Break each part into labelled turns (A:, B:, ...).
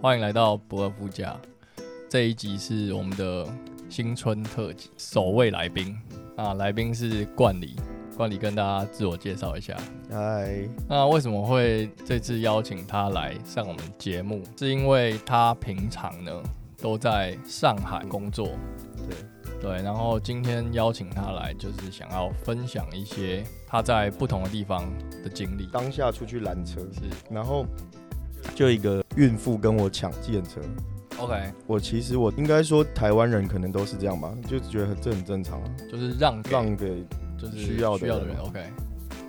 A: 欢迎来到博尔夫家。这一集是我们的新春特辑，首位来宾啊，来宾是冠礼，冠礼跟大家自我介绍一下。
B: 嗨，
A: 那为什么会这次邀请他来上我们节目？是因为他平常呢都在上海工作，
B: 对，
A: 对，然后今天邀请他来，就是想要分享一些他在不同的地方的经历。
B: 当下出去拦车，
A: 是
B: 然后就有一个孕妇跟我抢计程车。
A: OK，
B: 我其实我应该说台湾人可能都是这样吧，就觉得很这很正常啊，
A: 就是让给
B: 让给。
A: 就是
B: 需要的
A: 需要的
B: 人
A: 人。
B: 嘛
A: OK，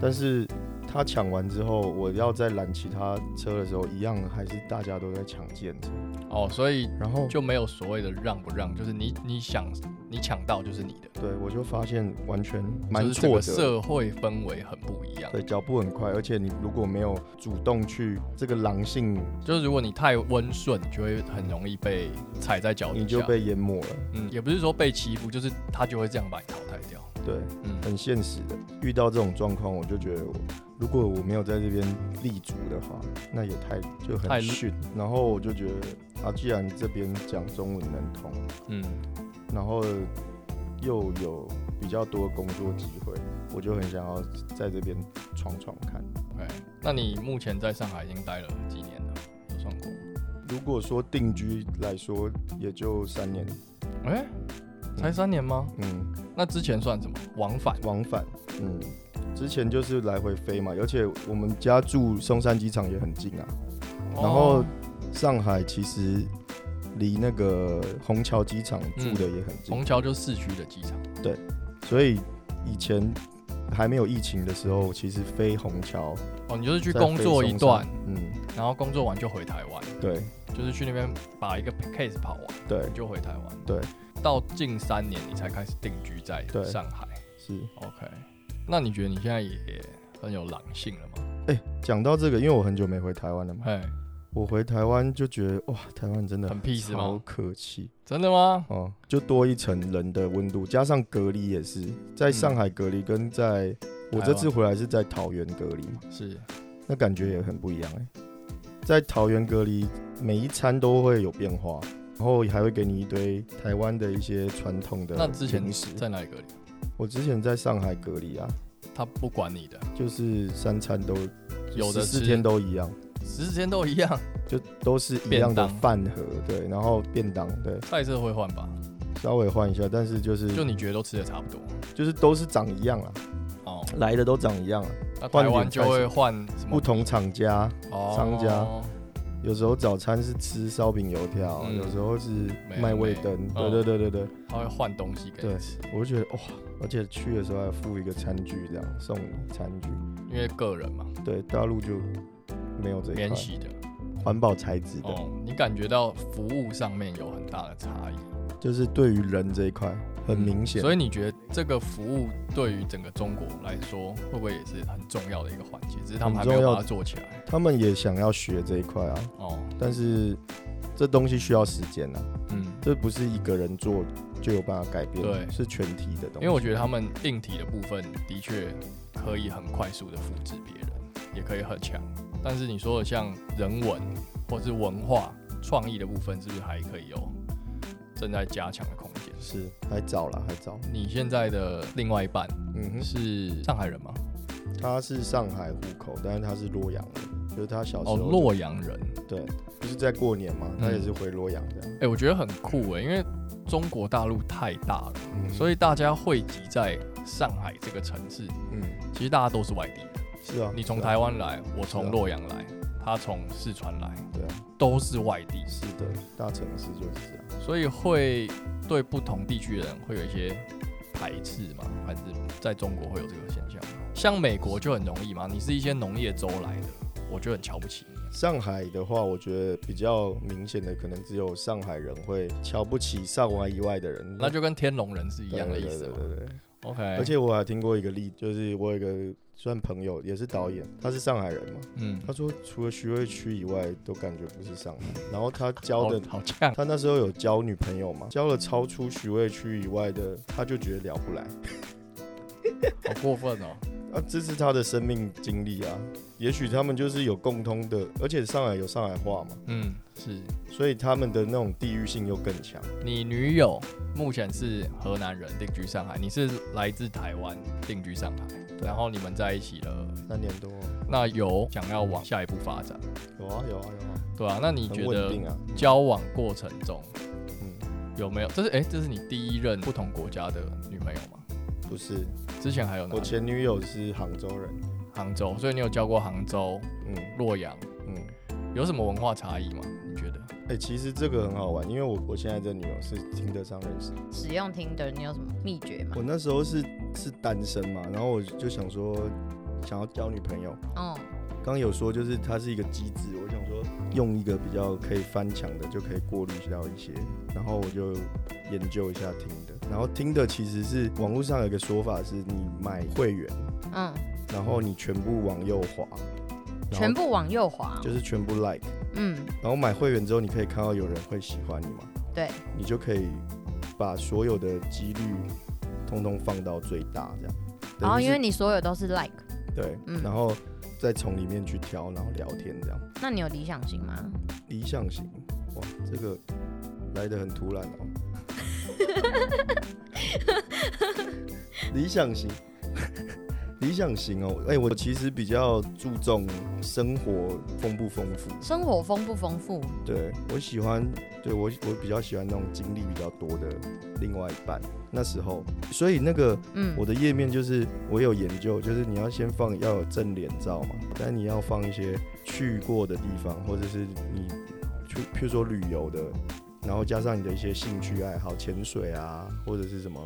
B: 但是他抢完之后，我要再拦其他车的时候，一样还是大家都在抢计程车。
A: 哦，所以
B: 然后
A: 就没有所谓的让不让，就是你你想你抢到就是你的，
B: 对我就发现完全
A: 就
B: 蛮
A: 是这
B: 挫
A: 个
B: 折的。
A: 社会氛围很不一样。
B: 对，脚步很快，而且你如果没有主动去这个狼性，
A: 就是如果你太温顺，你就会很容易被踩在脚底下。
B: 你就被淹没了。
A: 嗯，也不是说被欺负，就是他就会这样把你淘汰掉。
B: 对，
A: 嗯，
B: 很现实的。遇到这种状况，我就觉得我如果我没有在这边立足的话，那也太就
A: 太
B: 很逊。然后我就觉得啊，既然这边讲中文能通，
A: 嗯，
B: 然后又有比较多工作机会，我就很想要在这边闯闯看。
A: 对。那你目前在上海已经待了几年了？有算过？
B: 如果说定居来说，也就三年，
A: 哎、才三年吗？
B: 嗯，
A: 那之前算什么？往返？
B: 往返，嗯，之前就是来回飞嘛，而且我们家住松山机场也很近啊。然后
A: 哦
B: 上海其实离那个虹桥机场住的也很
A: 嗯
B: 近，
A: 虹桥就市区的机场。
B: 所以以前还没有疫情的时候，其实飞虹桥
A: 哦，你就是去
B: 再
A: 工
B: 飞
A: 作一
B: 松山
A: 段，，
B: 嗯，
A: 然后工作完就回台湾，
B: 对
A: 就是去那边把一个 case 跑完，
B: 对
A: 你就回台湾。
B: 对，
A: 到近三年你才开始定居在
B: 对
A: 上海。
B: 是。
A: OK，那你觉得你现在也很有狼性了吗？
B: 哎、讲到这个，因为我很久没回台湾了嘛，
A: 哎，
B: 我回台湾就觉得哇，台湾真的
A: 很 peace
B: 好
A: 吗？
B: 可气
A: 真的吗？
B: 哦，就多一层人的温度，加上隔离也是，在上海隔离跟在、
A: 嗯
B: 我这次回来是在桃园隔离嘛，
A: 是，
B: 那感觉也很不一样哎、在桃园隔离，每一餐都会有变化，然后还会给你一堆台湾的一些传统的
A: 那之前
B: 零食。
A: 在哪里隔离？
B: 我之前在上海隔离啊，
A: 他不管你的，
B: 就是三餐都
A: 有的
B: 四
A: 吃
B: 天都一样，
A: 十四天都一样，
B: 就都是一样的
A: 便当
B: 饭盒，对，然后便当，对，
A: 菜色会换吧？
B: 稍微换一下，但是就是
A: 就你觉得都吃的差不多
B: 就是都是长一样啊，
A: 哦，
B: 来的都长一样啊，
A: 那
B: 换
A: 台湾
B: 点菜
A: 就会换什么
B: 不同厂家，
A: 哦
B: 商家有时候早餐是吃烧饼油条，
A: 嗯
B: 有时候是
A: 美
B: 卖味
A: 美
B: 灯，对
A: 嗯
B: 对对对对。
A: 他会换东西给你
B: 对
A: 吃，
B: 我就觉得哇，哦而且去的时候还附一个餐具，这样送你餐具。
A: 因为个人嘛，
B: 对，大陆就没有这一
A: 免
B: 块，
A: 洗的。
B: 环保材质的，
A: 哦，你感觉到服务上面有很大的差异，
B: 就是对于人这一块很明显。
A: 嗯所以你觉得这个服务对于整个中国来说，会不会也是很重要的一个环节？只是他们还
B: 很
A: 没
B: 重要
A: 有把它做起来。
B: 他们也想要学这一块啊，
A: 哦，
B: 但是这东西需要时间啊，
A: 嗯，
B: 这不是一个人做就有办法改变，
A: 对
B: 是全体的东西。
A: 因为我觉得他们硬体的部分的确可以很快速的复制别人，也可以很强。但是你说的像人文或是文化创意的部分，是不是还可以有正在加强的空间？
B: 是还早了，还早。
A: 你现在的另外一半
B: 嗯哼，
A: 是上海人吗？
B: 他是上海户口，但是他是洛阳人，就是他小时
A: 哦，
B: 候就、
A: 洛阳人。
B: 对，不是在过年嘛，他也是回洛阳这样。
A: 哎、我觉得很酷哎、因为中国大陆太大了，
B: 嗯，
A: 所
B: 以
A: 以大家汇集在上海这个城市，
B: 嗯，
A: 其实大家都是外地人。
B: 是啊，
A: 你从
B: 是啊
A: 台湾来，我
B: 是
A: 从
B: 啊
A: 洛阳来，他从四川来，
B: 对啊，
A: 都是外地，
B: 是的，大城市就是这样。
A: 所以会对不同地区的人会有一些排斥嘛？还是在中国会有这个现象吗？像美国就很容易嘛，你是一些农业州来的，我就很瞧不起你。啊
B: 上海的话，我觉得比较明显的，可能只有上海人会瞧不起上海以外的人，啊
A: 那就跟天龙人是一
B: 对啊
A: 样的意思嘛。
B: 嗯
A: 哎
B: 对对对对
A: OK，
B: 而且我还听过一个例，就是我有一个算朋友，也是导演，他是上海人嘛，
A: 嗯，
B: 他说除了徐汇区以外，都感觉不是上海。然后他交的，
A: 好好呛，
B: 他那时候有交女朋友嘛，交了超出徐汇区以外的，他就觉得聊不来。
A: 好过分哦。
B: 啊，这是他的生命经历啊。也许他们就是有共通的，而且上海有上海话嘛，
A: 嗯，是
B: 所以他们的那种地域性又更强。
A: 你女友目前是河南人，定居上海，你是来自台湾，定居上海，然后你们在一起了，
B: 三年多，
A: 那有想要往下一步发展，
B: 有啊有啊有啊，
A: 对啊，那你
B: 很
A: 觉
B: 稳
A: 得
B: 定啊。
A: 交往过程中
B: 嗯，
A: 有没有？这是哎、这是你第一任不同国家的女朋友吗？
B: 不是，
A: 之前还有哪
B: 我
A: 里？
B: 前女友是杭州人。
A: 杭州，所以你有交过杭州、
B: 嗯
A: 洛阳，
B: 嗯，
A: 有什么文化差异吗？你觉得？
B: 哎、其实这个很好玩，因为我我现在这女友是听得上认识的。
C: 使用 Tinder，你有什么秘诀吗
B: 我？那时候是是单身嘛，然后我就想说想要交女朋友。
C: 嗯，
B: 刚有说就是它是一个机制，我想说用一个比较可以翻墙的就可以过滤掉一些，然后我就研究一下听的，然后听的其实是网络上有一个说法是你买会员，
C: 嗯，
B: 然后你全部往右滑，然后
C: 全部往右滑。
B: 就是全部 like，
C: 嗯，
B: 然后买会员之后你可以看到有人会喜欢你嘛，
C: 对，
B: 你就可以把所有的几率通通放到最大这样，
C: 然后
B: 等于是
C: 哦因为你所有都是 like，
B: 对，
C: 嗯
B: 然后再从里面去挑，然后聊天这样。
C: 那你有理想型吗？
B: 理想型，哇，这个来的很突然哦。 理想型， 理想型哦，哎、我其实比较注重生活丰不丰富，
C: 生活丰不丰富？
B: 对我喜欢，对我我比较喜欢那种经历比较多的另外一半。那时候，所以那个
C: 嗯
B: 我，的页面就是我有研究，就是你要先放要有正脸照嘛，但你要放一些去过的地方，或者是你去，譬如说旅游的，然后加上你的一些兴趣爱好，潜水啊，或者是什么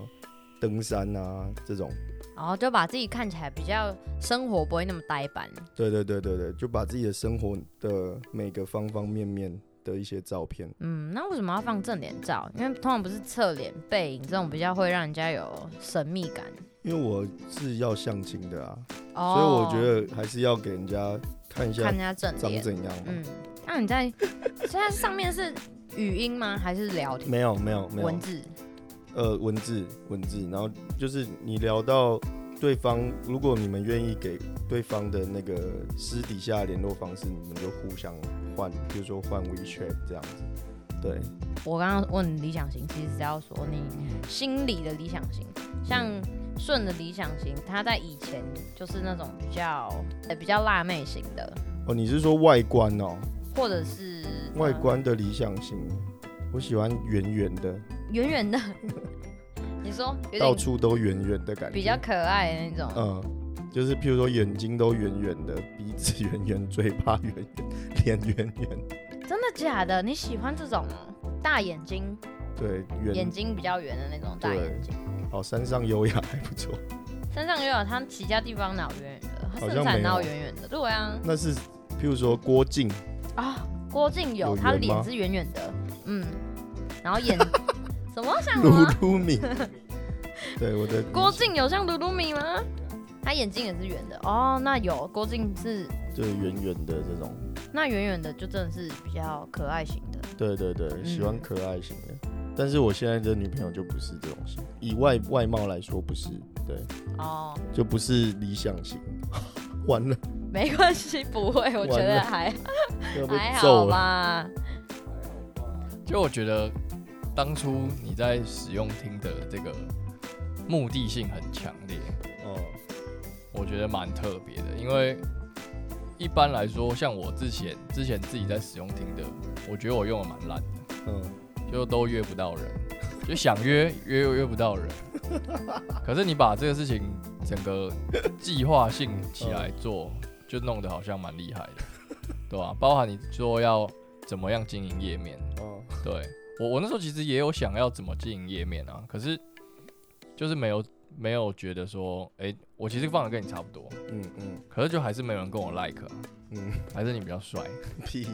B: 登山啊这种。
C: 然后就把自己看起来比较生活不会那么呆板。
B: 对对对对对，就把自己的生活的每个方方面面的一些照片，
C: 嗯，那为什么要放正脸照？因为通常不是侧脸、背影这种比较会让人家有神秘感。
B: 因为我是要相亲的啊，所以
C: 哦
B: 我觉得还是要给人家看一
C: 看
B: 下
C: 人家正
B: 长
C: 脸。
B: 怎样嘛。
C: 嗯，那你在现在上面是语音吗？还是聊天？
B: 没有没有没有
C: 文，字？
B: 呃，文字文字，然后就是你聊到对方，如果你们愿意给对方的那个私底下联络方式，你们就互相换，比如说换 WeChat 这样子。对，
C: 我刚刚问理想型，其实只要说你心里的理想型，像顺的理想型，他在以前就是那种比较呃比较辣妹型的，
B: 哦，你是说外观哦，
C: 或者是
B: 外
C: 嗯
B: 观的理想型，我喜欢圆圆的，
C: 呃圆圆的， 你说有
B: 到
C: 点
B: 处都圆圆的感觉，
C: 比较可爱的那种，
B: 嗯，就是譬如说眼睛都圆圆的，鼻子圆圆，嘴巴圆圆，脸圆圆，
C: 真的假的？你喜欢这种大眼睛，
B: 对，
C: 眼
B: 圆，
C: 睛比较圆的那种大眼睛？
B: 好，山上优雅还不错。
C: 身上也有他其他地方哪有圆圆的，他
B: 好
C: 身
B: 像
C: 材
B: 没有
C: 哪有圆圆的？对啊，
B: 那是譬如说郭靖，
C: 啊、郭靖
B: 有
C: 有，他的
B: 圆吗
C: 脸是圆圆的，嗯，然后眼什么像什
B: 鲁
C: 么？
B: 鲁 米，对我的
C: 嗯啊郭靖有像鲁鲁米吗？他眼睛也是圆的哦，那有郭靖是
B: 就是圆圆的这种，
C: 那圆圆的就真的是比较可爱型的，
B: 对对对，
C: 嗯
B: 喜欢可爱型的。但是我现在的女朋友就不是这种型，以外外貌来说不是，对，
C: 哦，
B: 就不是理想型。 完了，
C: 没关系，不会，我觉
B: 完
C: 得
B: 了
C: 还
B: 要被
C: 还好
B: 揍了。
C: 吧，
A: 就我觉得当初你在使用听的这个目的性很强烈，
B: 哦，
A: 我觉得蛮特别的，因为一般来说，像我之前之前自己在使用听的，我觉得我用的蛮烂的，
B: 嗯，
A: 就都约不到人，就想约约又约不到人。可是你把这个事情整个计划性起来做，就弄得好像蛮厉害的，对吧、包含你说要怎么样经营页面，
B: 哦，
A: 对我，我那时候其实也有想要怎么经营页面啊，可是就是没有没有觉得说，诶，我其实放的跟你差不多，
B: 嗯嗯
A: 可是就还是没有人跟我 like，、啊、
B: 嗯，
A: 还是你比较帅。
B: 屁呀。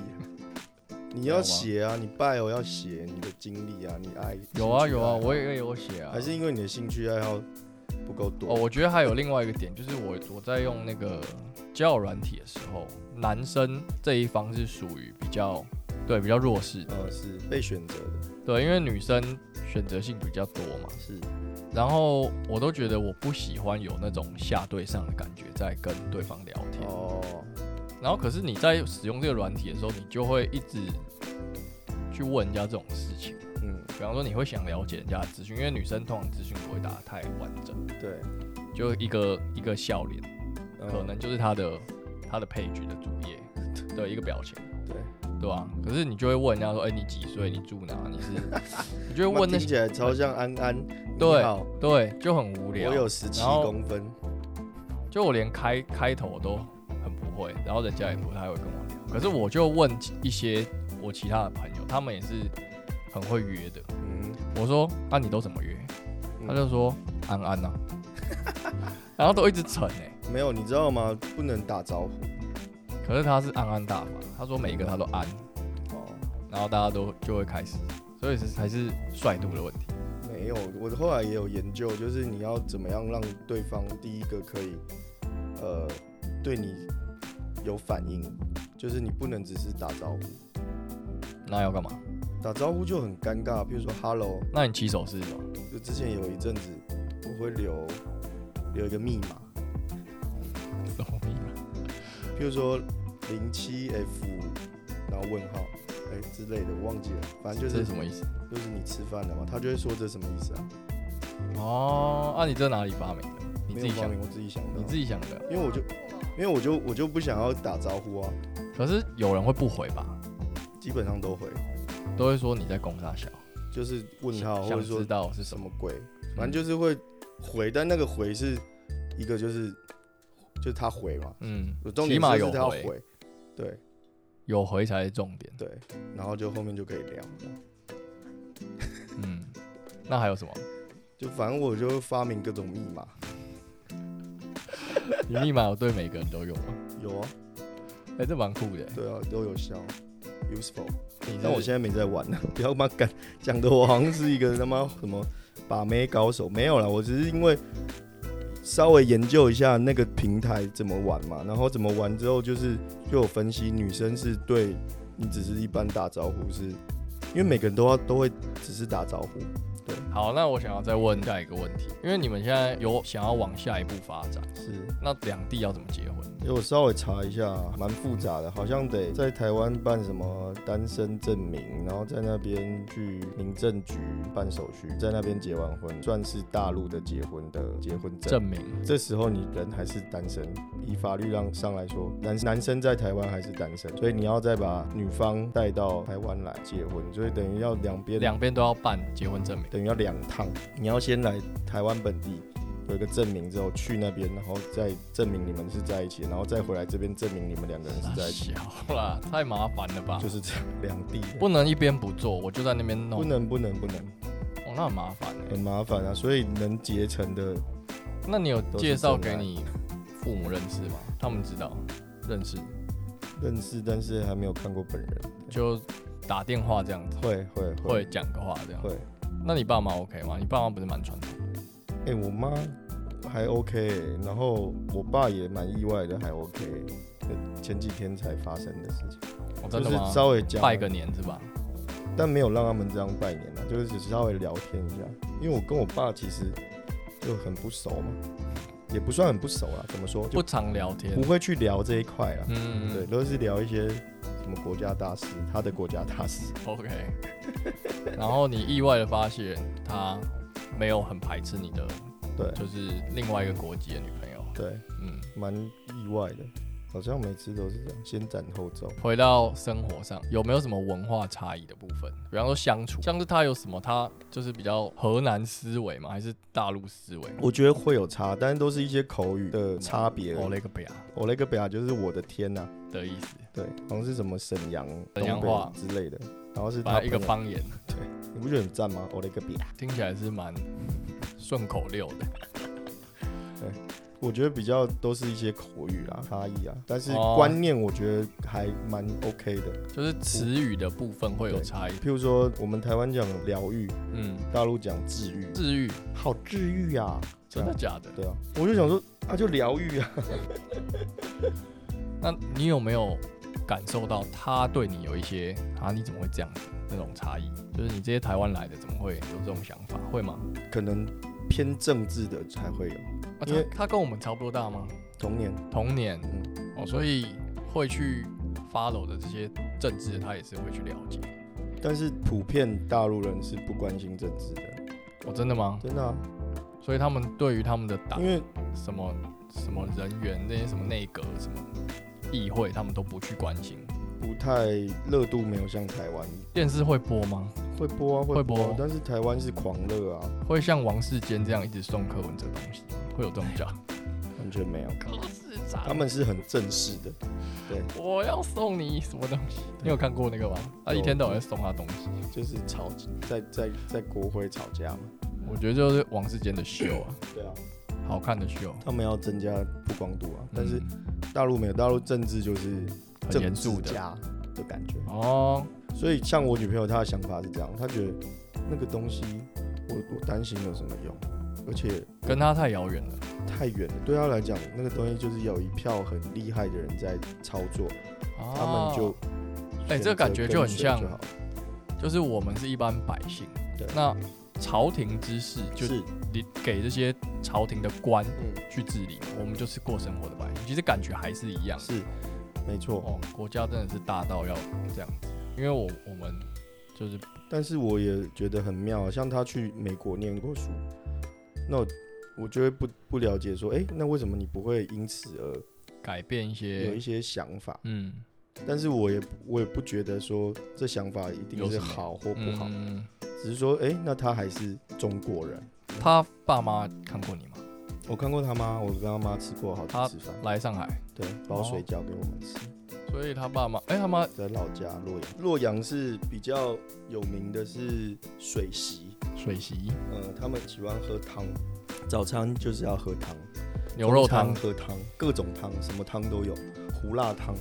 B: 你要写啊，你拜哦要写你的经历啊，你爱
A: 有啊有啊，
B: 兴趣爱好
A: 我也有写啊。
B: 还是因为你的兴趣爱好不够
A: 哦，
B: 多
A: 我觉得还有另外一个点，就是我我在用那个交友软体的时候，男生这一方是属于比较对比较弱势的，
B: 呃，是被选择的，
A: 对，因为女生选择性比较多嘛，
B: 是
A: 然后我都觉得我不喜欢有那种下对上的感觉，在跟对方聊天。
B: 哦，
A: 然后可是你在使用这个软体的时候，你就会一直去问人家这种事情。
B: 嗯，
A: 比方说，你会想了解人家的资讯，因为女生通常资讯不会打得太完整，
B: 嗯对，
A: 就一个一个笑脸，
B: 嗯
A: 可能就是她的她的配角的主页的一个表情，
B: 对，
A: 对吧、可是你就会问人家说：“哎、你几岁？你住哪？你 是？”你就会问那
B: 听
A: 些
B: 起来超像安安，
A: 对
B: 你好
A: 对，就很无聊。
B: 我有十七
A: 然后
B: 公分，
A: 就我连开开头都很不会，然后人家也不太会跟我聊。可是我就问一些我其他的朋友，他们也是很会约的。
B: 嗯，
A: 我说：“那、你都怎么约？”
B: 嗯
A: 他就说：“安安 呐、然后都一直沉哎、
B: 没有，你知道吗？不能打招呼，
A: 可是他是安安大法，他说每一个他都安，
B: 哦，
A: 然后大家都就会开始，所以是还是帅度的问题。
B: 没有，我后来也有研究，就是你要怎么样让对方第一个可以，呃，对你有反应，就是你不能只是打招呼，
A: 那要干嘛？
B: 打招呼就很尴尬，比如说 hello，
A: 那你起手是什么？
B: 就之前有一阵子我会留留一个密码，
A: 什么密码？
B: 譬如说零七 F，然后问号，哎、之类的，我忘记了，反正就
A: 这
B: 是
A: 是什么意思？
B: 就是你吃饭了嘛，他就会说这什么意思啊？
A: 哦，啊，你这哪里发明的？你
B: 没
A: 自
B: 有
A: 己
B: 发
A: 想
B: 明，，我自己想的，
A: 你自己想的。
B: 因为我就因为我就我就不想要打招呼啊，
A: 可是有人会不回吧？
B: 基本上都会，
A: 都会说你在攻杀小，
B: 就是问号或
A: 想
B: 者
A: 知
B: 说
A: 道嗯是什
B: 什
A: 么？
B: 么鬼，反正就是会回，但那个回是一个就是就是他回嘛，
A: 嗯，
B: 重
A: 起
B: 点
A: 码
B: 是
A: 有
B: 他要
A: 回，
B: 回，对
A: 有回才是重点。
B: 对，然后就后面就可以聊，
A: 嗯，那还有什么？
B: 就反正我就发明各种密码，
A: 你密码有对每个人都有吗？
B: 有啊，
A: 哎、这蛮酷的。
B: 对啊，都有效，useful。
A: 你
B: 但我
A: 是
B: 现在没在玩了， 不要把干讲的我好像是一个他妈什么把妹高手，没有啦，我只是因为稍微研究一下那个平台怎么玩嘛，然后怎么玩之后就是就有分析，女生是对你只是一般打招呼是，因为每个人都要都会只是打招呼，
A: 好，那我想要再问下一个问题，因为你们现在有想要往下一步发展，
B: 是，
A: 那两地要怎么结婚？
B: 因为我稍微查一下，蛮复杂的，好像得在台湾办什么单身证明，然后在那边去民政局办手续，在那边结完婚，算是大陆的结婚的结婚证。
A: 证明
B: 这时候你人还是单身，以法律上上来说，男男生在台湾还是单身，所以你要再把女方带到台湾来结婚，所以等于要两边
A: 两边都要办结婚证明。
B: 等于要两趟，你要先来台湾本地有一个证明之后去那边，然后再证明你们是在一起，然后再回来这边证明你们两个人是在一起，
A: 小啊啦，太麻烦了啊吧
B: 就？是这样两地的
A: 不能一边不做，我就在那边弄，
B: 不能不能不能，
A: 哦，那很麻烦哎、
B: 很麻烦啊。所以能结成的
A: 那你有
B: 都是
A: 介绍给
B: 真爱
A: 你父母认识吗？他们知道认识，
B: 认识，但是还没有看过本人，
A: 就打电话这样子，
B: 会会
A: 会讲个话这样。
B: 会。
A: 那你爸妈 OK 吗？你爸妈不是蛮传统？
B: 哎、我妈还 OK，、然后我爸也蛮意外的，还 OK。前几天才发生的事情，
A: 我、真
B: 就
A: 的
B: 是
A: 吗？
B: 稍微讲
A: 拜个年是吧？
B: 但没有让他们这样拜年啊，就是只是稍微聊天一下。因为我跟我爸其实就很不熟嘛，也不算很不熟啦，怎么说
A: 不
B: 就
A: 常聊天
B: 不。会去聊这一块啦。
A: 嗯，
B: 对，都是聊一些什么国家大事，他的国家大事。
A: ，OK。然后你意外的发现他没有很排斥你的，
B: 对
A: 就是另外一个国籍的女朋友。
B: 对，
A: 嗯，
B: 蛮意外的，好像每次都是这样，先斩后奏。
A: 回到生活上，有没有什么文化差异的部分？比方说相处，像是他有什么，他就是比较河南思维吗？还是大陆思维？
B: 我觉得会有差，但是都是一些口语的差别而已。
A: 我嘞哦个表
B: 我那个表就是我的天呐、
A: 的意思，
B: 对，好像是什么沈阳、
A: 沈阳
B: 东北
A: 话
B: 之类的，然后是
A: 把
B: 他
A: 一个
B: 朋友，
A: 方言
B: 你不觉得很赞吗？我那个表，
A: 听起来是蛮顺口溜的。
B: 我觉得比较都是一些口语啦差异啊，但是
A: 哦
B: 观念我觉得还蛮 OK 的。
A: 就是词语的部分会有差异。
B: 譬如说我们台湾讲疗愈，
A: 嗯，
B: 大陆讲治愈，
A: 治愈，
B: 好治愈啊，这
A: 真
B: 样
A: 的假的？
B: 对啊，我就想说啊，就疗愈啊，
A: 那你有没有感受到他对你有一些啊？你怎么会这样子那种差异？就是你这些台湾来的怎么会有这种想法？会吗？
B: 可能偏政治的才会有
A: 啊
B: 因为
A: 他他跟我们差不多大吗？
B: 童年。
A: 同年哦，所以会去 follow 的这些政治，他也是会去了解。
B: 但是普遍大陆人是不关心政治的，
A: 哦，真的吗？
B: 真的啊，
A: 所以他们对于他们的党
B: 因为
A: 什么什么人员那些什么内阁什么议会，他们都不去关心。
B: 不太热度没有像台湾
A: 电视会播吗？
B: 会播啊
A: 会
B: 会播啊
A: 播
B: 但是台湾是狂热啊，
A: 会像王世坚这样一直送柯文哲东西吗？会有这种讲？
B: 完全没有。
A: 柯市
B: 他
A: 长，
B: 们是很正式的，
A: 我要送你什么东西？你有看过那个吗？他一天到晚在送他东西，
B: 就是吵在在在国会吵架嘛。
A: 我觉得就是王世坚的秀啊，
B: 对啊，
A: 好看的秀，
B: 他们要增加曝光度啊，但是
A: 嗯
B: 大陆没有，大陆政治就是
A: 很
B: 政
A: 严肃
B: 治
A: 的
B: 家的感觉。
A: 哦。
B: 所以像我女朋友她的想法是这样，她觉得那个东西我我担心有什么用，而且
A: 跟他太遥远了。
B: 太远了，对她来讲那个东西就是有一票很厉害的人在操作，他们就
A: 哦哎这个
B: 选择
A: 感觉就很
B: 跟随
A: 像
B: 就好了
A: 就是我们是一般百姓，
B: 对
A: 那朝廷之事就是你给这些朝廷的官
B: 嗯
A: 去治理，我们就是过生活的百姓，其实感觉还是一样。
B: 是没错，
A: 哦，国家真的是大到要这样子，因为我我们就是
B: 但是我也觉得很妙啊，像他去美国念过书，那我我就会不不了解说，哎、那为什么你不会因此而
A: 改变一
B: 有
A: 些
B: 一，些想法？
A: 嗯，
B: 但是我也我也不觉得说这想法一
A: 有
B: 定
A: 什
B: 是
A: 么
B: 好或不好，
A: 嗯
B: 只是说，哎、那他还是中国人。
A: 他爸妈看过你吗？
B: 我看过他妈，我跟他妈吃过好
A: 他
B: 几次饭，
A: 来上海，
B: 对，包水饺给我们吃，
A: 所以他爸妈，哎、他妈
B: 在老家洛阳。洛阳是比较有名的是水席，
A: 水席
B: 呃，他们喜欢喝汤，早餐就是要喝汤。
A: 牛肉
B: 中
A: 汤，
B: 喝汤，各种汤，什么汤都有，胡辣汤、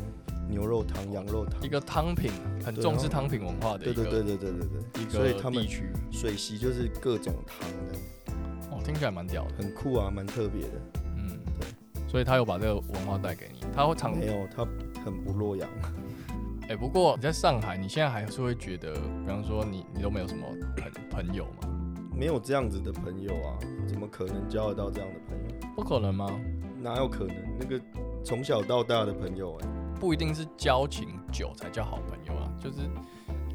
B: 牛肉汤、羊肉汤，
A: 一个汤品，很
B: 对
A: 重视
B: 然后
A: 汤品文化的
B: 对
A: 一个
B: 对对对对对对，
A: 一个
B: 所以他们
A: 地区，
B: 水席就是各种汤的，
A: 哦，听起来蛮屌的。
B: 很酷啊，蛮特别的。
A: 嗯，哎所以他有把这个文化带给你，他会常
B: 没有，他很不洛阳，
A: 哎、不过你在上海，你现在还是会觉得，比方说你你都没有什么朋朋友吗？
B: 没有这样子的朋友啊，怎么可能交得到这样的朋友？
A: 不可能吗？
B: 哪有可能？那个从小到大的朋友、哎，
A: 不一定是交情久才叫好朋友啊，就是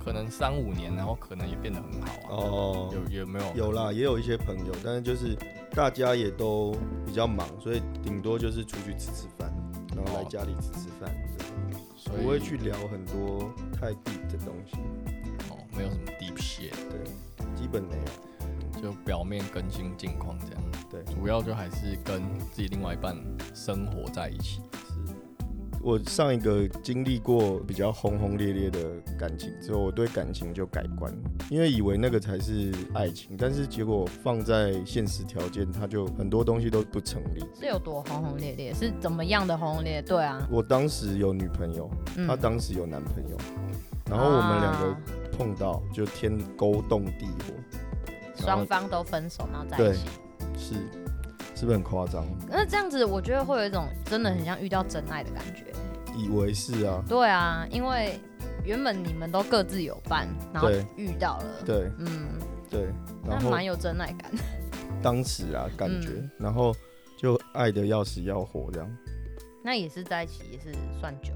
A: 可能三五年，然后可能也变得很好啊。
B: 哦，
A: 有有没有？
B: 有啦，也有一些朋友，但是就是大家也都比较忙，所以顶多就是出去吃吃饭，然后来
A: 哦
B: 家里吃吃饭。对
A: 所以
B: 不会去聊很多太 deep 的东西，
A: 哦，没有什么 deep shit，
B: 对，基本没有。
A: 就表面更新近况这样。
B: 对
A: 主要就还是跟自己另外一半生活在一起。
B: 是我上一个经历过比较轰轰烈烈的感情之后，我对感情就改观，因为以为那个才是爱情，但是结果放在现实条件，它就很多东西都不成立。
C: 是有多轰轰烈烈，是怎么样的轰轰烈烈？对啊，
B: 我当时有女朋友，
C: 嗯
B: 她当时有男朋友，然后我们两
C: 啊
B: 个碰到就天勾动地火，然后
C: 双方都分手，然后在
B: 对
C: 一起。
B: 是是不是很夸张？
C: 那这样子，我觉得会有一种真的很像遇到真爱的感觉。
B: 以为是啊，
C: 对啊，因为原本你们都各自有伴，然后
B: 对
C: 遇到了，
B: 对
C: 嗯，
B: 对，然
C: 那
B: 后
C: 蛮有真爱感。
B: 当时啊感觉，
C: 嗯
B: 然后就爱的要死要活这样。
C: 那也是在一起，也是算久，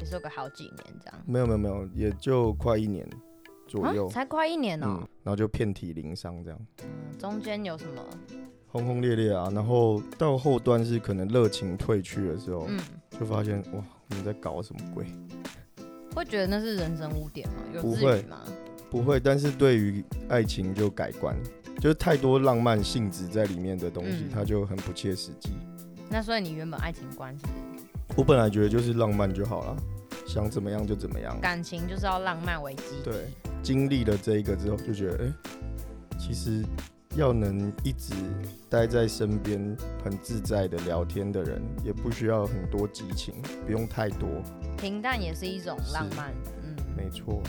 C: 也是有个好几年这样。
B: 没有没有没有，也就快一年左右，
C: 啊，才快一年
B: 嗯
C: 哦、，
B: 然后就遍体鳞伤这样，
C: 嗯中间有什么？
B: 哦轰轰烈烈
C: 嗯
B: 啊。然后到后端是可能热情退去的时候，
C: 嗯，
B: 就发现哇，你们在搞什么鬼？
C: 会觉得那是人生污点吗？有
B: 不
C: 至
B: 会
C: 于吗？
B: 不会，但是对于爱情就改观，就是太多浪漫性质在里面的东西，
C: 嗯
B: 它就很不切实际。
C: 那所以你原本爱情观是
B: 我本来觉得就是浪漫就好了，想怎么样就怎么样。
C: 感情就是要浪漫为基底，
B: 对，经历了这一个之后，就觉得，哎、其实要能一直待在身边，很自在的聊天的人，也不需要很多激情，不用太多，
C: 平淡也是一种浪漫。嗯，
B: 没错。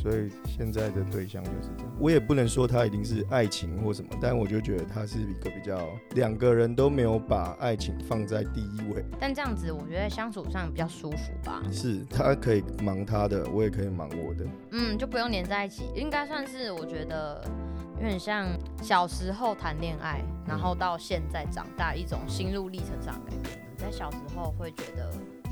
B: 所以现在的对象就是这样，我也不能说他一定是爱情或什么，但我就觉得他是一个比较两个人都没有把爱情放在第一位，
C: 但这样子我觉得相处上比较舒服吧。
B: 是他可以忙他的，我也可以忙我的，
C: 嗯，就不用黏在一起，应该算是我觉得有点像小时候谈恋爱，然后到现在长大一种心路历程上的改变。你在小时候会觉得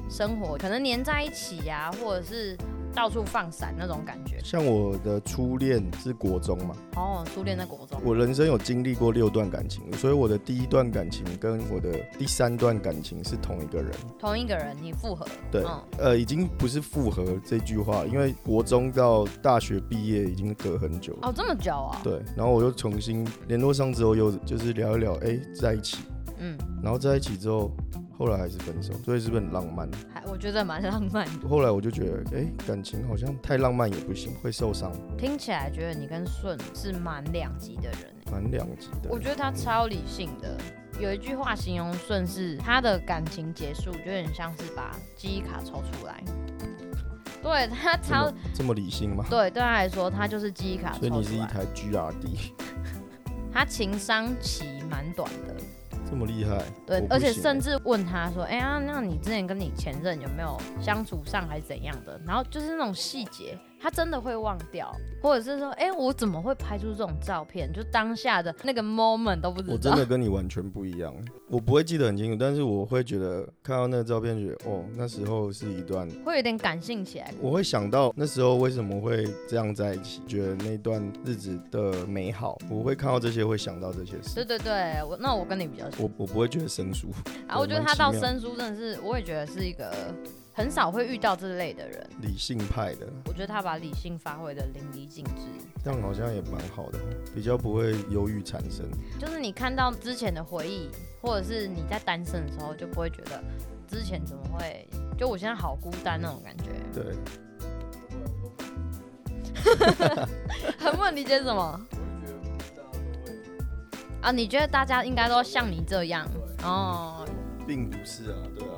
C: 生活可能黏在一起呀、或者是到处放闪那种感觉。
B: 像我的初恋是国中嘛，
C: 哦，初恋在国中，
B: 我人生有经历过六段感情，所以我的第一段感情跟我的第三段感情是同一个人。
C: 同一个人你复合，
B: 对
C: 嗯，
B: 呃，已经不是复合这句话，因为国中到大学毕业已经隔很久了。
C: 哦，这么久啊、
B: 对，然后我又重新联络上之后，又就是聊一聊，哎、在一起，
C: 嗯，
B: 然后在一起之后，后来还是分手，所以是不是很浪漫？
C: 还我觉得蛮浪漫的。
B: 后来我就觉得，哎、感情好像太浪漫也不行，会受伤，
C: 听起来觉得你跟顺是蛮两极的人欸，
B: 蛮两极的。
C: 我觉得他超理性的。有一句话形容顺是他的感情结束，就有点像是把记忆卡抽出来。对他
B: 这么
C: 超啊
B: 这么理性吗？
C: 对对他来说，他就是记忆卡
B: 所以
C: 抽
B: 你是
C: 出
B: 一
C: 来。
B: 台 GRD，
C: 他情商期蛮短的，
B: 这么厉害？
C: 对
B: 我，不
C: 而且
B: 行欸
C: 甚至问他说：“哎、呀、那你之前跟你前任有没有相处上还是怎样的？”然后就是那种细节，他真的会忘掉，或者是说：“哎、我怎么会拍出这种照片？”就当下的那个 moment 都不知道。
B: 我真的跟你完全不一样，我不会记得很清楚，但是我会觉得看到那个照片，觉得哦，那时候是一段，
C: 会有点感性起来。
B: 我会想到那时候为什么会这样在一起，觉得那段日子的美好，我会看到这些，会想到这些
C: 对
B: 事，
C: 对对，我那我跟你比较像。
B: 我我不会觉得生疏，
C: 啊，我觉得
B: 蛮
C: 他
B: 奇
C: 到
B: 妙
C: 生疏真的是，我也觉得是一个很少会遇到这类的人。
B: 理性派的，
C: 我觉得他把理性发挥的淋漓尽致，
B: 这样好像也蛮好的，比较不会忧郁产生。
C: 就是你看到之前的回忆，或者是你在单身的时候，就不会觉得之前怎么会，就我现在好孤单那种感觉。
B: 对，
C: 很不能理解什么啊？你觉得大家应该都像你这样哦？
B: 并不是啊，对啊，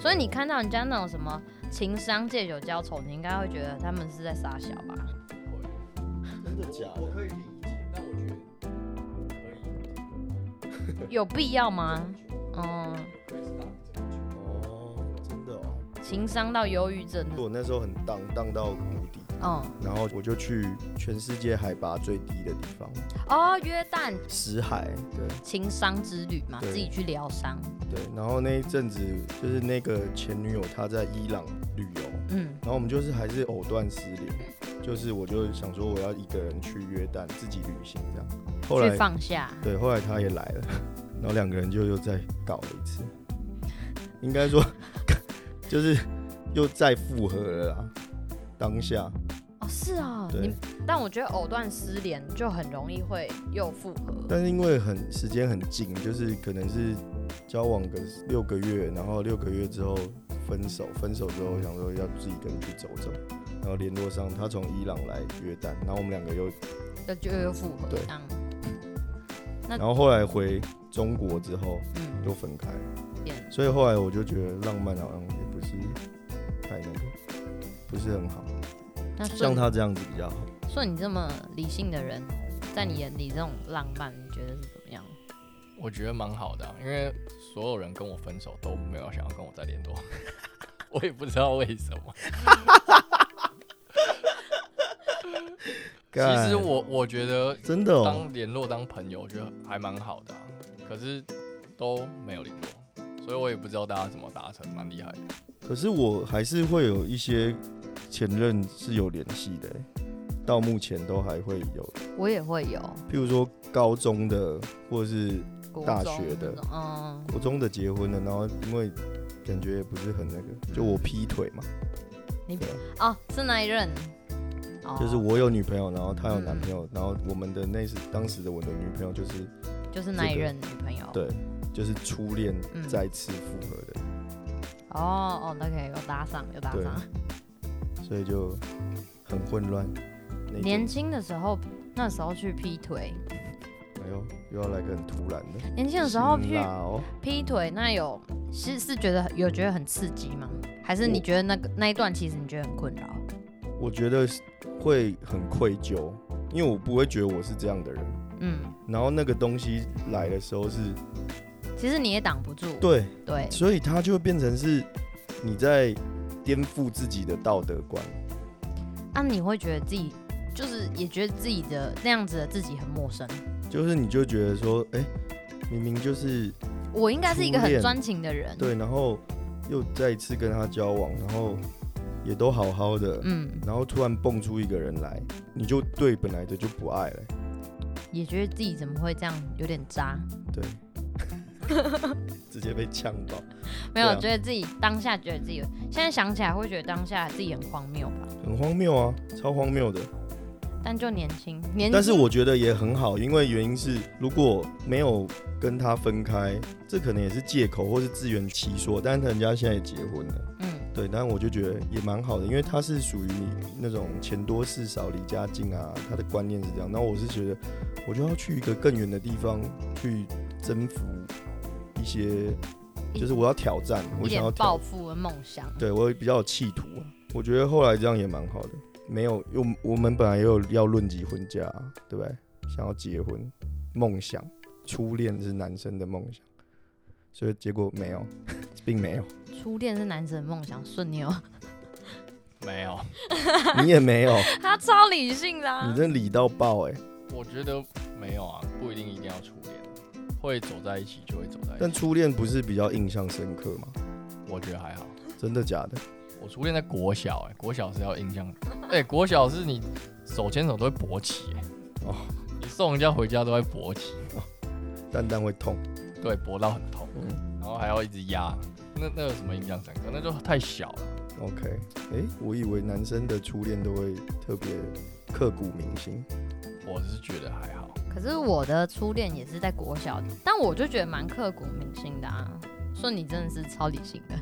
C: 所以你看到人家那种什么情商借酒浇愁，你应该会觉得他们是在撒小吧？
B: 真的假的？
A: 可以理解，但我觉得
C: 有必要吗？嗯，
B: 哦，真的哦，
C: 嗯情商到忧郁症，
B: 我那时候很荡荡到谷底。
C: 嗯，
B: 然后我就去全世界海拔最低的地方，
C: 哦，约旦
B: 死海。对
C: 情商之旅嘛，
B: 对
C: 自己去疗伤，
B: 对，然后那一阵子就是那个前女友她在伊朗旅游，
C: 嗯，
B: 然后我们就是还是藕断丝连，就是我就想说我要一个人去约旦自己旅行这样。后
C: 去
B: 来
C: 放下，
B: 对，后来她也来了， 然后两个人就又再搞了一次，应该说 就是又再复合了啦。当下
C: 哦，是啊、
B: 对
C: 你，但我觉得藕断丝连就很容易会又复合，
B: 但是因为很时间很近，就是可能是交往个六个月，然后六个月之后分手，分手之后想说要自己跟人去走走，然后联络上他从伊朗来约旦，然后我们两个又，
C: 就就又复合
B: 对
C: 这样，那
B: 然后后来回中国之后
C: 嗯，
B: 又分开了，
C: 变
B: 所以后来我就觉得浪漫好像也不是太那个，不是很好，
C: 那
B: 像
C: 顺
B: 他这样子比较好。
C: 顺你这么理性的人，在你眼里这种浪漫，你觉得是怎么样？
A: 我觉得蛮好的啊、因为所有人跟我分手都没有想要跟我再联络， 我也不知道为什么。其实
B: 干
A: 我我觉得
B: 真的哦，
A: 当联络当朋友，我觉得还蛮好的啊、可是都没有联络，所以我也不知道大家怎么达成，蛮厉害的。
B: 可是我还是会有一些前任是有联系的欸、到目前都还会有，
C: 我也会有
B: 譬如说高中的或者是
C: 国
B: 大
C: 中
B: 学的
C: 那种嗯，
B: 国中的结婚的，然后因为感觉也不是很那
C: 嗯
B: 个，就我劈腿嘛，
C: 哦，是那一任，哦嗯
B: 就是我有女朋友，然后她有男朋友，然后我们的那时当时的我的女朋友就是
C: 就是那一
B: 这个
C: 任女朋友，
B: 对，就是初恋
C: 嗯
B: 再次复合的，
C: 哦哦，那可以有搭上，有搭
B: 对
C: 上。
B: 所以就很混乱。那
C: 嗯年
B: 阵
C: 轻的时候，那时候去劈腿，
B: 哎呦，又要来个很突然的，
C: 年轻的时候
B: 辛
C: 去
B: 辣哦，
C: 劈腿，那有是是觉得有觉得很刺激吗？还是你
B: 我
C: 觉得那个那一段其实你觉得很困扰？
B: 我觉得是会很愧疚，因为我不会觉得我是这样的人。
C: 嗯，
B: 然后那个东西来的时候是，
C: 其实你也挡不住，
B: 对，
C: 对，
B: 所以它就会变成是你在颠覆自己的道德观。
C: 啊那、你会觉得自己就是也觉得自己的那样子的自己很陌生，
B: 就是你就觉得说，哎、明明就是
C: 我应该是一个
B: 初
C: 很
B: 恋
C: 专情的人，
B: 对，然后又再一次跟他交往，然后也都好好的，
C: 嗯，
B: 然后突然蹦出一个人来，你就对本来的就不爱了、
C: 也觉得自己怎么会这样，有点渣。
B: 对，直接被呛到。
C: 没有，
B: 对啊
C: 觉得自己当下觉得自己，现在想起来会觉得当下自己很荒谬吧。
B: 很荒谬啊，超荒谬的。
C: 但就年轻，年轻，
B: 但是我觉得也很好，因为原因是如果没有跟他分开，这可能也是借口或是自圆其说。但是人家现在也结婚了，
C: 嗯，
B: 对，但我就觉得也蛮好的，因为他是属于你那种钱多事少、离家近啊，他的观念是这样。那我是觉得，我就要去一个更远的地方去征服一些，就是我要挑战，
C: 一
B: 我想要挑
C: 点抱负和梦想。
B: 对我比较有企图啊。我觉得后来这样也蛮好的，没有，我们我们本来也有要论及婚嫁啊、对不对？想要结婚，梦想，初恋是男生的梦想，所以结果没有， 并没有，
C: 初恋是男神梦想，顺哦妞，
A: 没有，
B: 你也没有，
C: 他超理性的、啊
B: 你。真理到爆哎、
A: 我觉得没有啊，不一定一定要初恋，会走在一起就会走在一
B: 但
A: 起。
B: 初恋不是比较印象深刻吗？
A: 我觉得还好，
B: 真的假的？
A: 我初恋在国小、哎，国小是要印象，哎、国小是你手牵手都会勃起、哎，哦，
B: 哦
A: 你送人家回家都会勃起，
B: 蛋蛋会痛，
A: 对，勃到很痛，
B: 嗯
A: 然后还要一直压，那那有什么印象深刻？那就太小了。
B: ，OK，哎、我以为男生的初恋都会特别刻骨铭心，
A: 我是觉得还好，
C: 可是我的初恋也是在国小，但我就觉得蛮刻骨铭心的啊。说你真的是超理性的，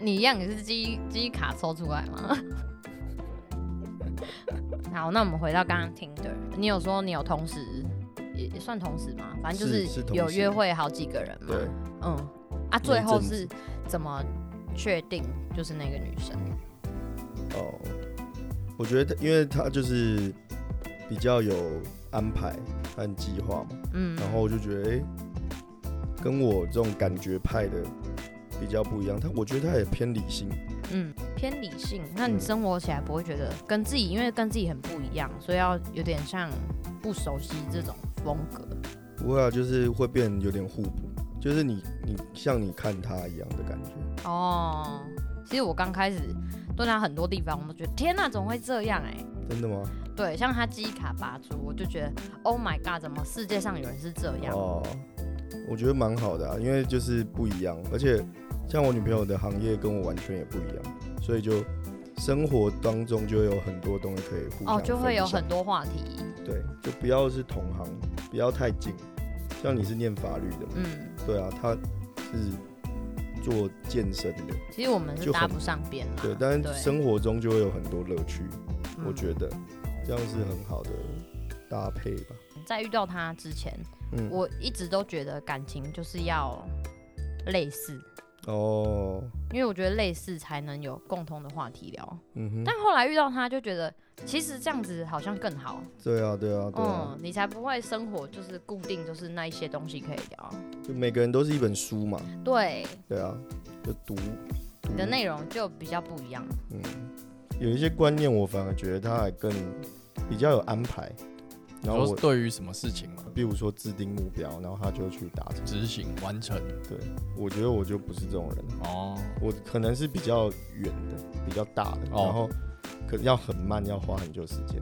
C: 你一样也是记忆记忆卡抽出来吗？ 好，那我们回到刚刚 Tinder，你有说你有同时也也算同时吗？反正就是
B: 是同时
C: 有约会好几个人嘛。
B: 对，
C: 嗯，啊，最后
B: 阵
C: 是怎么确定就是那个女生？
B: 哦，我觉得，因为他就是比较有安排和计划嘛，
C: 嗯，
B: 然后我就觉得，哎、跟我这种感觉派的比较不一样。他我觉得他也偏理性，
C: 嗯偏理性，那你
B: 嗯
C: 生活起来不会觉得跟自己，因为跟自己很不一样，所以要有点像不熟悉这种风格。
B: 不会啊，就是会变有点互补，就是你你像你看他一样的感觉，
C: 哦，其实我刚开始对他很多地方，我都觉得天哪、怎么会这样、哎，
B: 真的吗？
C: 对，像他记忆卡拔出，我就觉得 Oh my God，怎么世界上有人是这样？
B: 哦，我觉得蛮好的啊，因为就是不一样，而且像我女朋友的行业跟我完全也不一样，所以就生活当中就有很多东西可以互相
C: 哦，就会有
B: 分享
C: 很多话题。
B: 对，就不要是同行，不要太近。像你是念法律的嘛，
C: 嗯，
B: 对啊，他是做健身的，
C: 其实我们是
B: 就很
C: 搭不上边啦。
B: 对，但是生活中就会有很多乐趣，我
C: 嗯
B: 觉得这样是很好的搭配吧。
C: 在遇到他之前，
B: 嗯，
C: 我一直都觉得感情就是要类似，
B: 哦，
C: 因为我觉得类似才能有共同的话题聊。
B: 嗯哼
C: 但，后来遇到他，就觉得其实这样子好像更好，
B: 对啊，对啊，对啊，
C: 嗯，你才不会生活就是固定就是那一些东西可以聊。
B: 就每个人都是一本书嘛，
C: 对，
B: 对啊，就读读
C: 你的内容就比较不一样。
B: 嗯，有一些观念我反而觉得他还更比较有安排，
A: 你
B: 然后
A: 说
B: 我
A: 对于什么事情嘛，
B: 比如说制定目标，然后他就去达成。
A: 执行完成
B: 我觉得我就不是这种人，
A: 哦，
B: 我可能是比较远的、比较大的，
A: 哦
B: 然后可能要很慢，要花很久时间。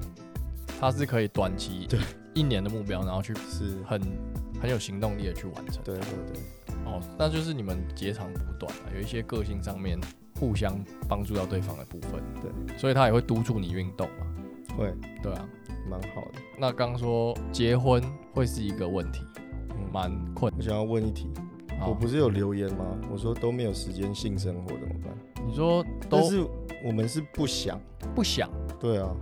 A: 它是可以短期
B: 对
A: 一年的目标，然后去
B: 是，
A: 很很有行动力的去完成。
B: 对对对，
A: 哦，那就是你们截长补短啊，有一些个性上面互相帮助到对方的部分。
B: 对，
A: 所以他也会督促你运动嘛。
B: 会
A: 对啊，
B: 蛮好的。
A: 那刚说结婚会是一个问题，
B: 嗯
A: 蛮哦困。啊
B: 我想要问一题，
A: 好
B: 我不是有留言吗？我说都没有时间性生活怎么办？
A: 你说
B: 但
A: 都
B: 是我们是不想，
A: 不想，
B: 对啊。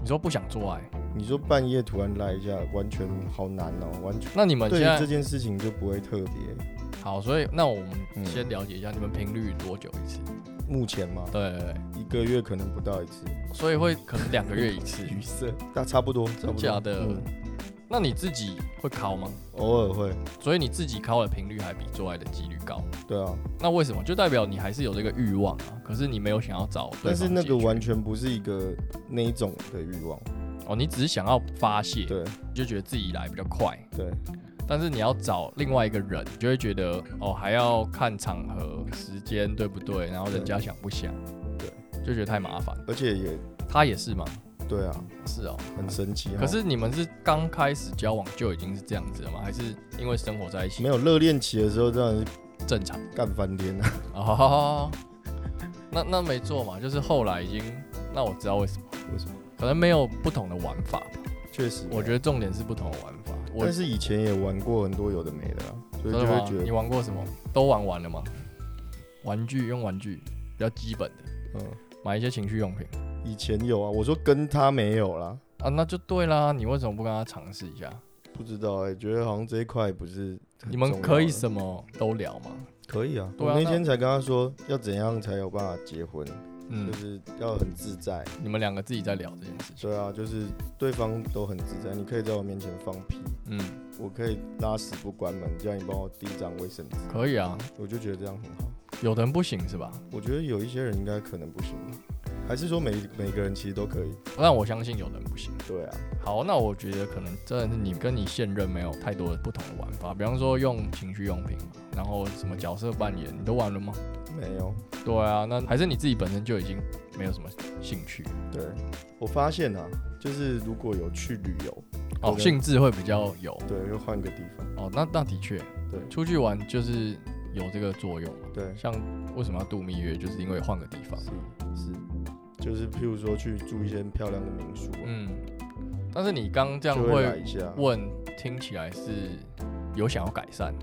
A: 你说不想做爱，
B: 你说半夜突然来一下，完全好难哦，完全
A: 那你们
B: 对
A: 现
B: 于这
A: 在
B: 件事情就不会特别。
A: 好，所以那我们
B: 嗯
A: 先了解一下你们频率多久一次？
B: 目前嘛，
A: 对对对，
B: 一个月可能不到一次，
A: 所以会可能两个月一次。
B: 橘色，那 差不多，差不
A: 真
B: 多
A: 假的
B: 嗯，
A: 那你自己会考吗？
B: 偶尔会，
A: 所以你自己考的频率还比做爱的几率高，
B: 对啊，
A: 那为什么？就代表你还是有这个欲望啊，可是你没有想要找对方
B: 但
A: 解
B: 是
A: 决。
B: 那个完全不是一个那一种的欲望，
A: 哦，你只是想要发泄，
B: 对
A: 你就觉得自己来比较快，
B: 对，
A: 但是你要找另外一个人，你就会觉得哦，还要看场合、时间对不对，然后人家想不想，
B: 对，
A: 就觉得太麻烦。
B: 而且也
A: 他也是吗？
B: 对啊，
A: 是哦。
B: 很神奇哦。
A: 可是你们是刚开始交往就已经是这样子了吗？还是因为生活在一起
B: 没有热恋期的时候，当然是
A: 正常？
B: 干翻天啊。
A: 哦， 那那没做嘛，就是后来已经，那我知道为什么，
B: 为什么？
A: 可能没有不同的玩法吧。
B: 确实，啊
A: 我觉得重点是不同的玩法。我
B: 但是以前也玩过很多有的没的啊，所以就
A: 真的
B: 会
A: 吗
B: 觉
A: 你
B: 得，
A: 玩过什么？都玩完了吗？玩具用玩具比较基本的，
B: 嗯，
A: 买一些情趣用品
B: 以前有啊，我说跟他没有啦，
A: 啊，那就对啦。你为什么不跟他尝试一下？
B: 不知道哎、觉得好像这一块不是很
A: 你
B: 重
A: 们
B: 要
A: 可以
B: 的
A: 什么都聊吗？
B: 可以啊，
A: 对
B: 我
A: 啊
B: 那
A: 那
B: 天才跟他说要怎样才有办法结婚，
A: 嗯
B: 就，是要很自在。
A: 你们两个自己在聊这件事情。
B: 对啊，就是对方都很自在，你可以在我面前放屁，
A: 嗯，
B: 我可以拉屎不关门，叫你帮我递一张卫生纸，
A: 可以啊。
B: 我就觉得这样很好。
A: 有的人不行是吧？
B: 我觉得有一些人应该可能不行，还是说每每个人其实都可以？
A: 但我相信有的人不行。
B: 对啊，
A: 好，那我觉得可能真的是你跟你现任没有太多的不同的玩法，比方说用情趣用品嘛，然后什么角色扮演，你都玩了吗？
B: 没有。
A: 对啊，那还是你自己本身就已经没有什么兴趣
B: 对，我发现啊，就是如果有去旅游，
A: 哦，
B: 对
A: 兴致会比较有
B: 对，又换个地方，
A: 哦。那那的确，
B: 对
A: 出去玩就是有这个作用嘛。
B: 对，
A: 像为什么要度蜜月，就是因为换个地方。
B: 是是，就是譬如说去住一些漂亮的民宿、啊，
A: 嗯，但是你刚这样
B: 就会来
A: 会
B: 一下。啊
A: 问，听起来是有想要改善。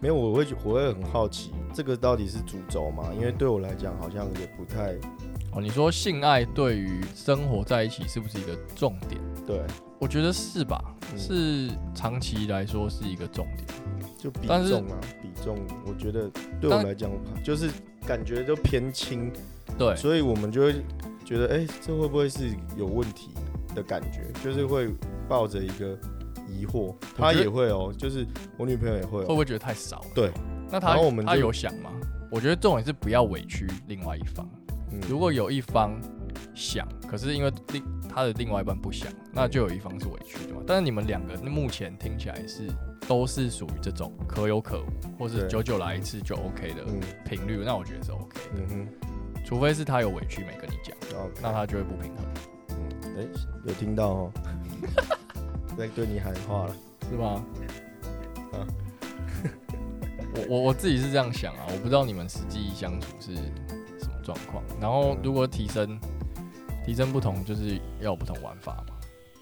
B: 没有，我会觉我会很好奇，这个到底是主轴吗？因为对我来讲，好像也不太
A: 哦，你说性爱对于生活在一起是不是一个重点？
B: 对，
A: 我觉得是吧，
B: 嗯
A: 是长期来说是一个重点。
B: 就比
A: 但是
B: 重啊，比重，我觉得对我
A: 但
B: 来讲，就是感觉就偏轻，
A: 对，
B: 所以我们就会觉得，哎、这会不会是有问题的感觉？就是会抱着一个疑惑，他也会哦、就是我女朋友也会
A: 会
B: 哦、
A: 不会觉得太少了？
B: 对，
A: 那他
B: 然后我们
A: 他
B: 就
A: 有想吗？我觉得重点是不要委屈另外一方。如
B: 嗯，
A: 果有一方想，可是因为另他的另外一半不想，
B: 嗯
A: 那就有一方是委屈的嘛。但是你们两个目前听起来是都是属于这种可有可无，或是
B: 对
A: 久久来一次就 OK 的
B: 嗯
A: 频率，那我觉得是 OK 的。
B: 嗯哼，
A: 除非是他有委屈没跟你讲，
B: 好，
A: 那他就会不平衡，
B: 嗯，哎、有听到哦、 在对你喊话了，
A: 是吗？
B: 啊
A: 我我我自己是这样想啊，我不知道你们实际相处是什么状况。然
B: 嗯
A: 后如果提升提升不同，就是要有不同玩法嘛。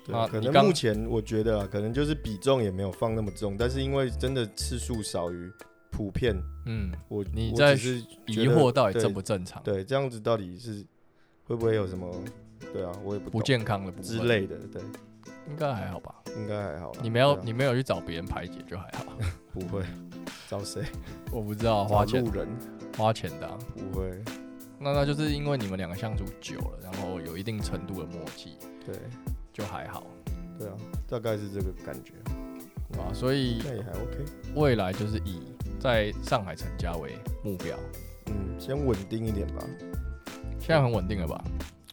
B: 对，
A: 啊
B: 可
A: 你
B: 能
A: 刚
B: 目前我觉得啊，可能就是比重也没有放那么重，但是因为真的次数少于普遍，
A: 嗯，
B: 我
A: 你
B: 我
A: 在
B: 只是觉
A: 疑
B: 得
A: 惑到底
B: 对
A: 正不正常，
B: 对这样子到底是会不会有什么？对啊，我也不
A: 不
B: 懂
A: 健康的部分
B: 之，类的，对，
A: 应该还好吧？
B: 应该还好啦。
A: 你没有
B: 对啊
A: 你没有去找别人排解就还 好，
B: 不会找谁？
A: 我不知道
B: 找
A: 花钱
B: 路人
A: 花钱的啊、
B: 不会。
A: 那那就是因为你们两个相处久了，然后有一定程度的默契，
B: 对
A: 就还好，
B: 对啊，大概是这个感觉，
A: 对吧？所以
B: 那也还 OK。
A: 未来就是以在上海成家为目标，
B: 嗯，先稳定一点吧。
A: 现在很稳定了吧？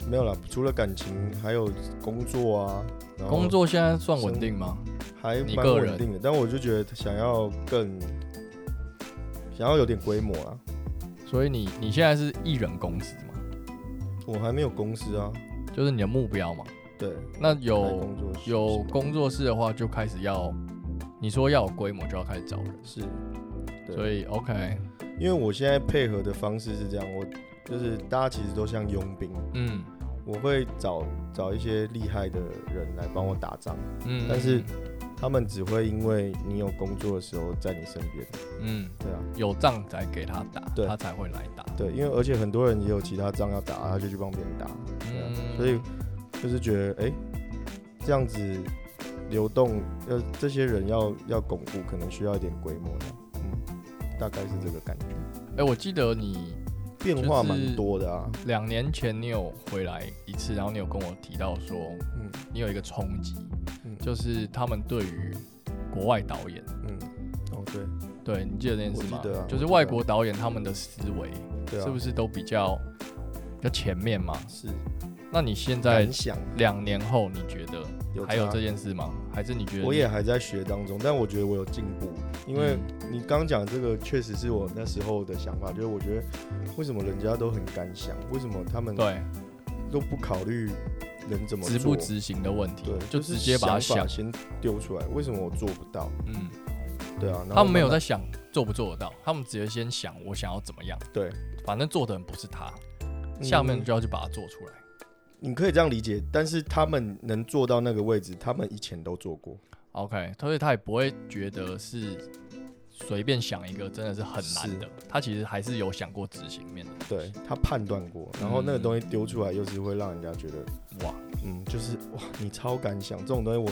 B: 没有啦，除了感情，还有工作啊。然后
A: 工作现在算稳定吗？
B: 还
A: 你
B: 蛮
A: 个
B: 稳
A: 人
B: 定的，但我就觉得想要更想要有点规模啊。
A: 所以你你现在是艺人公司嘛，
B: 我还没有公司啊，
A: 就是你的目标嘛？
B: 对，
A: 那
B: 开
A: 有
B: 工作室
A: 哦有
B: 什么
A: 工作室的话，就开始要你说要有规模，就要开始找人，
B: 是，对
A: 所以 OK，
B: 因为我现在配合的方式是这样，我就是大家其实都像佣兵，
A: 嗯
B: 我会找找一些厉害的人来帮我打仗，
A: 嗯，
B: 但是他们只会因为你有工作的时候在你身边，
A: 嗯
B: 对啊，
A: 有仗才给他打，
B: 对
A: 他才会来打，
B: 对，因为而且很多人也有其他仗要打，他就去帮别人打，对啊，
A: 嗯，
B: 所以就是觉得哎、诶这样子流动，呃，这些人要要巩固，可能需要一点规模的，嗯，大概是这个感觉，
A: 哎、我记得你
B: 变化
A: 就是
B: 蛮多的啊，
A: 两年前你有回来一次，然后你有跟我提到说
B: 嗯
A: 你有一个冲击，
B: 嗯
A: 就是他们对于国外导演，
B: 嗯，哦对
A: 对你记得这件事吗
B: 我？记得啊
A: 就是
B: 我记得
A: 外国导演他们的思维
B: 对啊，
A: 是不是都比较比较前面嘛？
B: 是
A: 那你现在
B: 感想？
A: 两年后，你觉得
B: 有
A: 还有
B: 差
A: 这件事吗？还是你觉得
B: 我
A: 你
B: 也还在学当中，但我觉得我有进步，因为
A: 嗯
B: 你刚讲这个确实是我那时候的想法，就是我觉得为什么人家都很敢想，为什么他们
A: 对
B: 都不考虑人怎么
A: 执
B: 做
A: 不执行的问题
B: 对，，
A: 就是直接把它
B: 想
A: 想
B: 法，先丢出来，为什么我做不到？
A: 嗯，
B: 对啊，然后
A: 他们没有
B: 慢
A: 在
B: 慢
A: 想做不做得到，他们直接先想我想要怎么样，
B: 对，
A: 反正做的人不是他，下面
B: 嗯
A: 就要去把它做出来。
B: 你可以这样理解，但是他们能做到那个位置，他们以前都做过，
A: OK，所以他也不会觉得是随便想一个真的是很难的，他其实还是有想过执行面的。
B: 对他判断过，然后那个
A: 嗯
B: 东西丢出来，又是会让人家觉得，
A: 哇，
B: 嗯，就是哇，你超敢想这种东西我，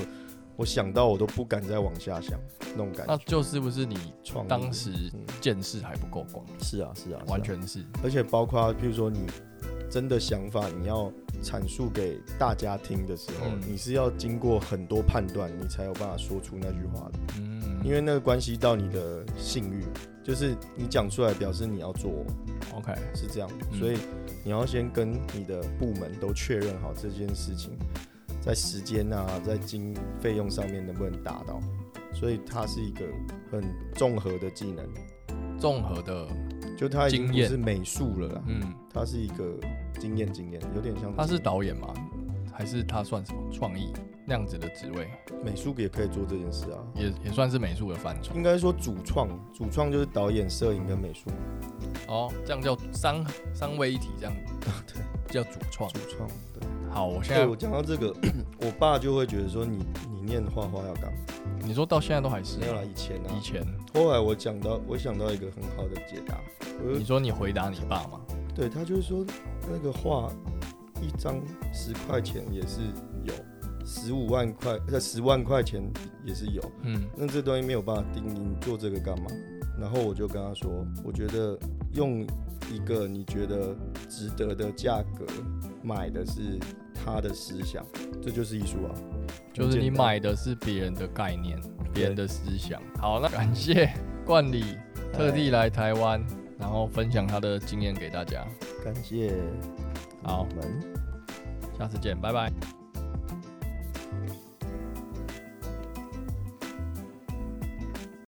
B: 我想到我都不敢再往下想那种感
A: 那
B: 觉。
A: 就是不是你
B: 创意
A: 当时
B: 嗯
A: 见识还不够广？
B: 是啊是啊，是啊
A: 完，全是，
B: 而且包括比如说你真的想法，你要阐述给大家听的时候，
A: 嗯
B: 你是要经过很多判断，你才有办法说出那句话的。
A: 嗯，
B: 因为那个关系到你的信誉，就是你讲出来表示你要做，
A: OK，
B: 是这样，
A: 嗯
B: 所以你要先跟你的部门都确认好这件事情，在时间啊，在经费用上面能不能达到，所以它是一个很综合的技能，
A: 综合的，
B: 就它已经
A: 经
B: 不
A: 验
B: 是美术了啦，
A: 嗯，
B: 它是一个经验经验，有点像
A: 他是导演吗？还是他算什么创意那样子的职位？
B: 美术也可以做这件事啊。
A: 也也算是美术的范畴
B: 应该说主创，主创就是导演、摄影跟美术嘛
A: 哦，这样叫三三位一体，这 样叫主创
B: 主。创。对，
A: 好，我现
B: 对
A: 在
B: 我讲到这个， 我爸就会觉得说你你念画画要干嘛？
A: 你说到现在都还是
B: 没有啦，以前啊
A: 以，前
B: 后来我讲到我想到一个很好的解答，我
A: 你
B: 就
A: 说你回答你爸嘛，
B: 对他就是说那个画一张十块钱也是有，十五万块呃十万块钱也是有，
A: 嗯
B: 那这东西没有办法定义，你做这个干嘛？然后我就跟他说，我觉得用一个你觉得值得的价格买的是他的思想，这就是艺术啊。
A: 就是
B: 很
A: 你
B: 简单
A: 买的是别人的概念，别人的思想。好，那感谢冠礼特地来台湾，然后分享他的经验给大家。
B: 感谢
A: 好
B: 你们。
A: 下次见，拜拜。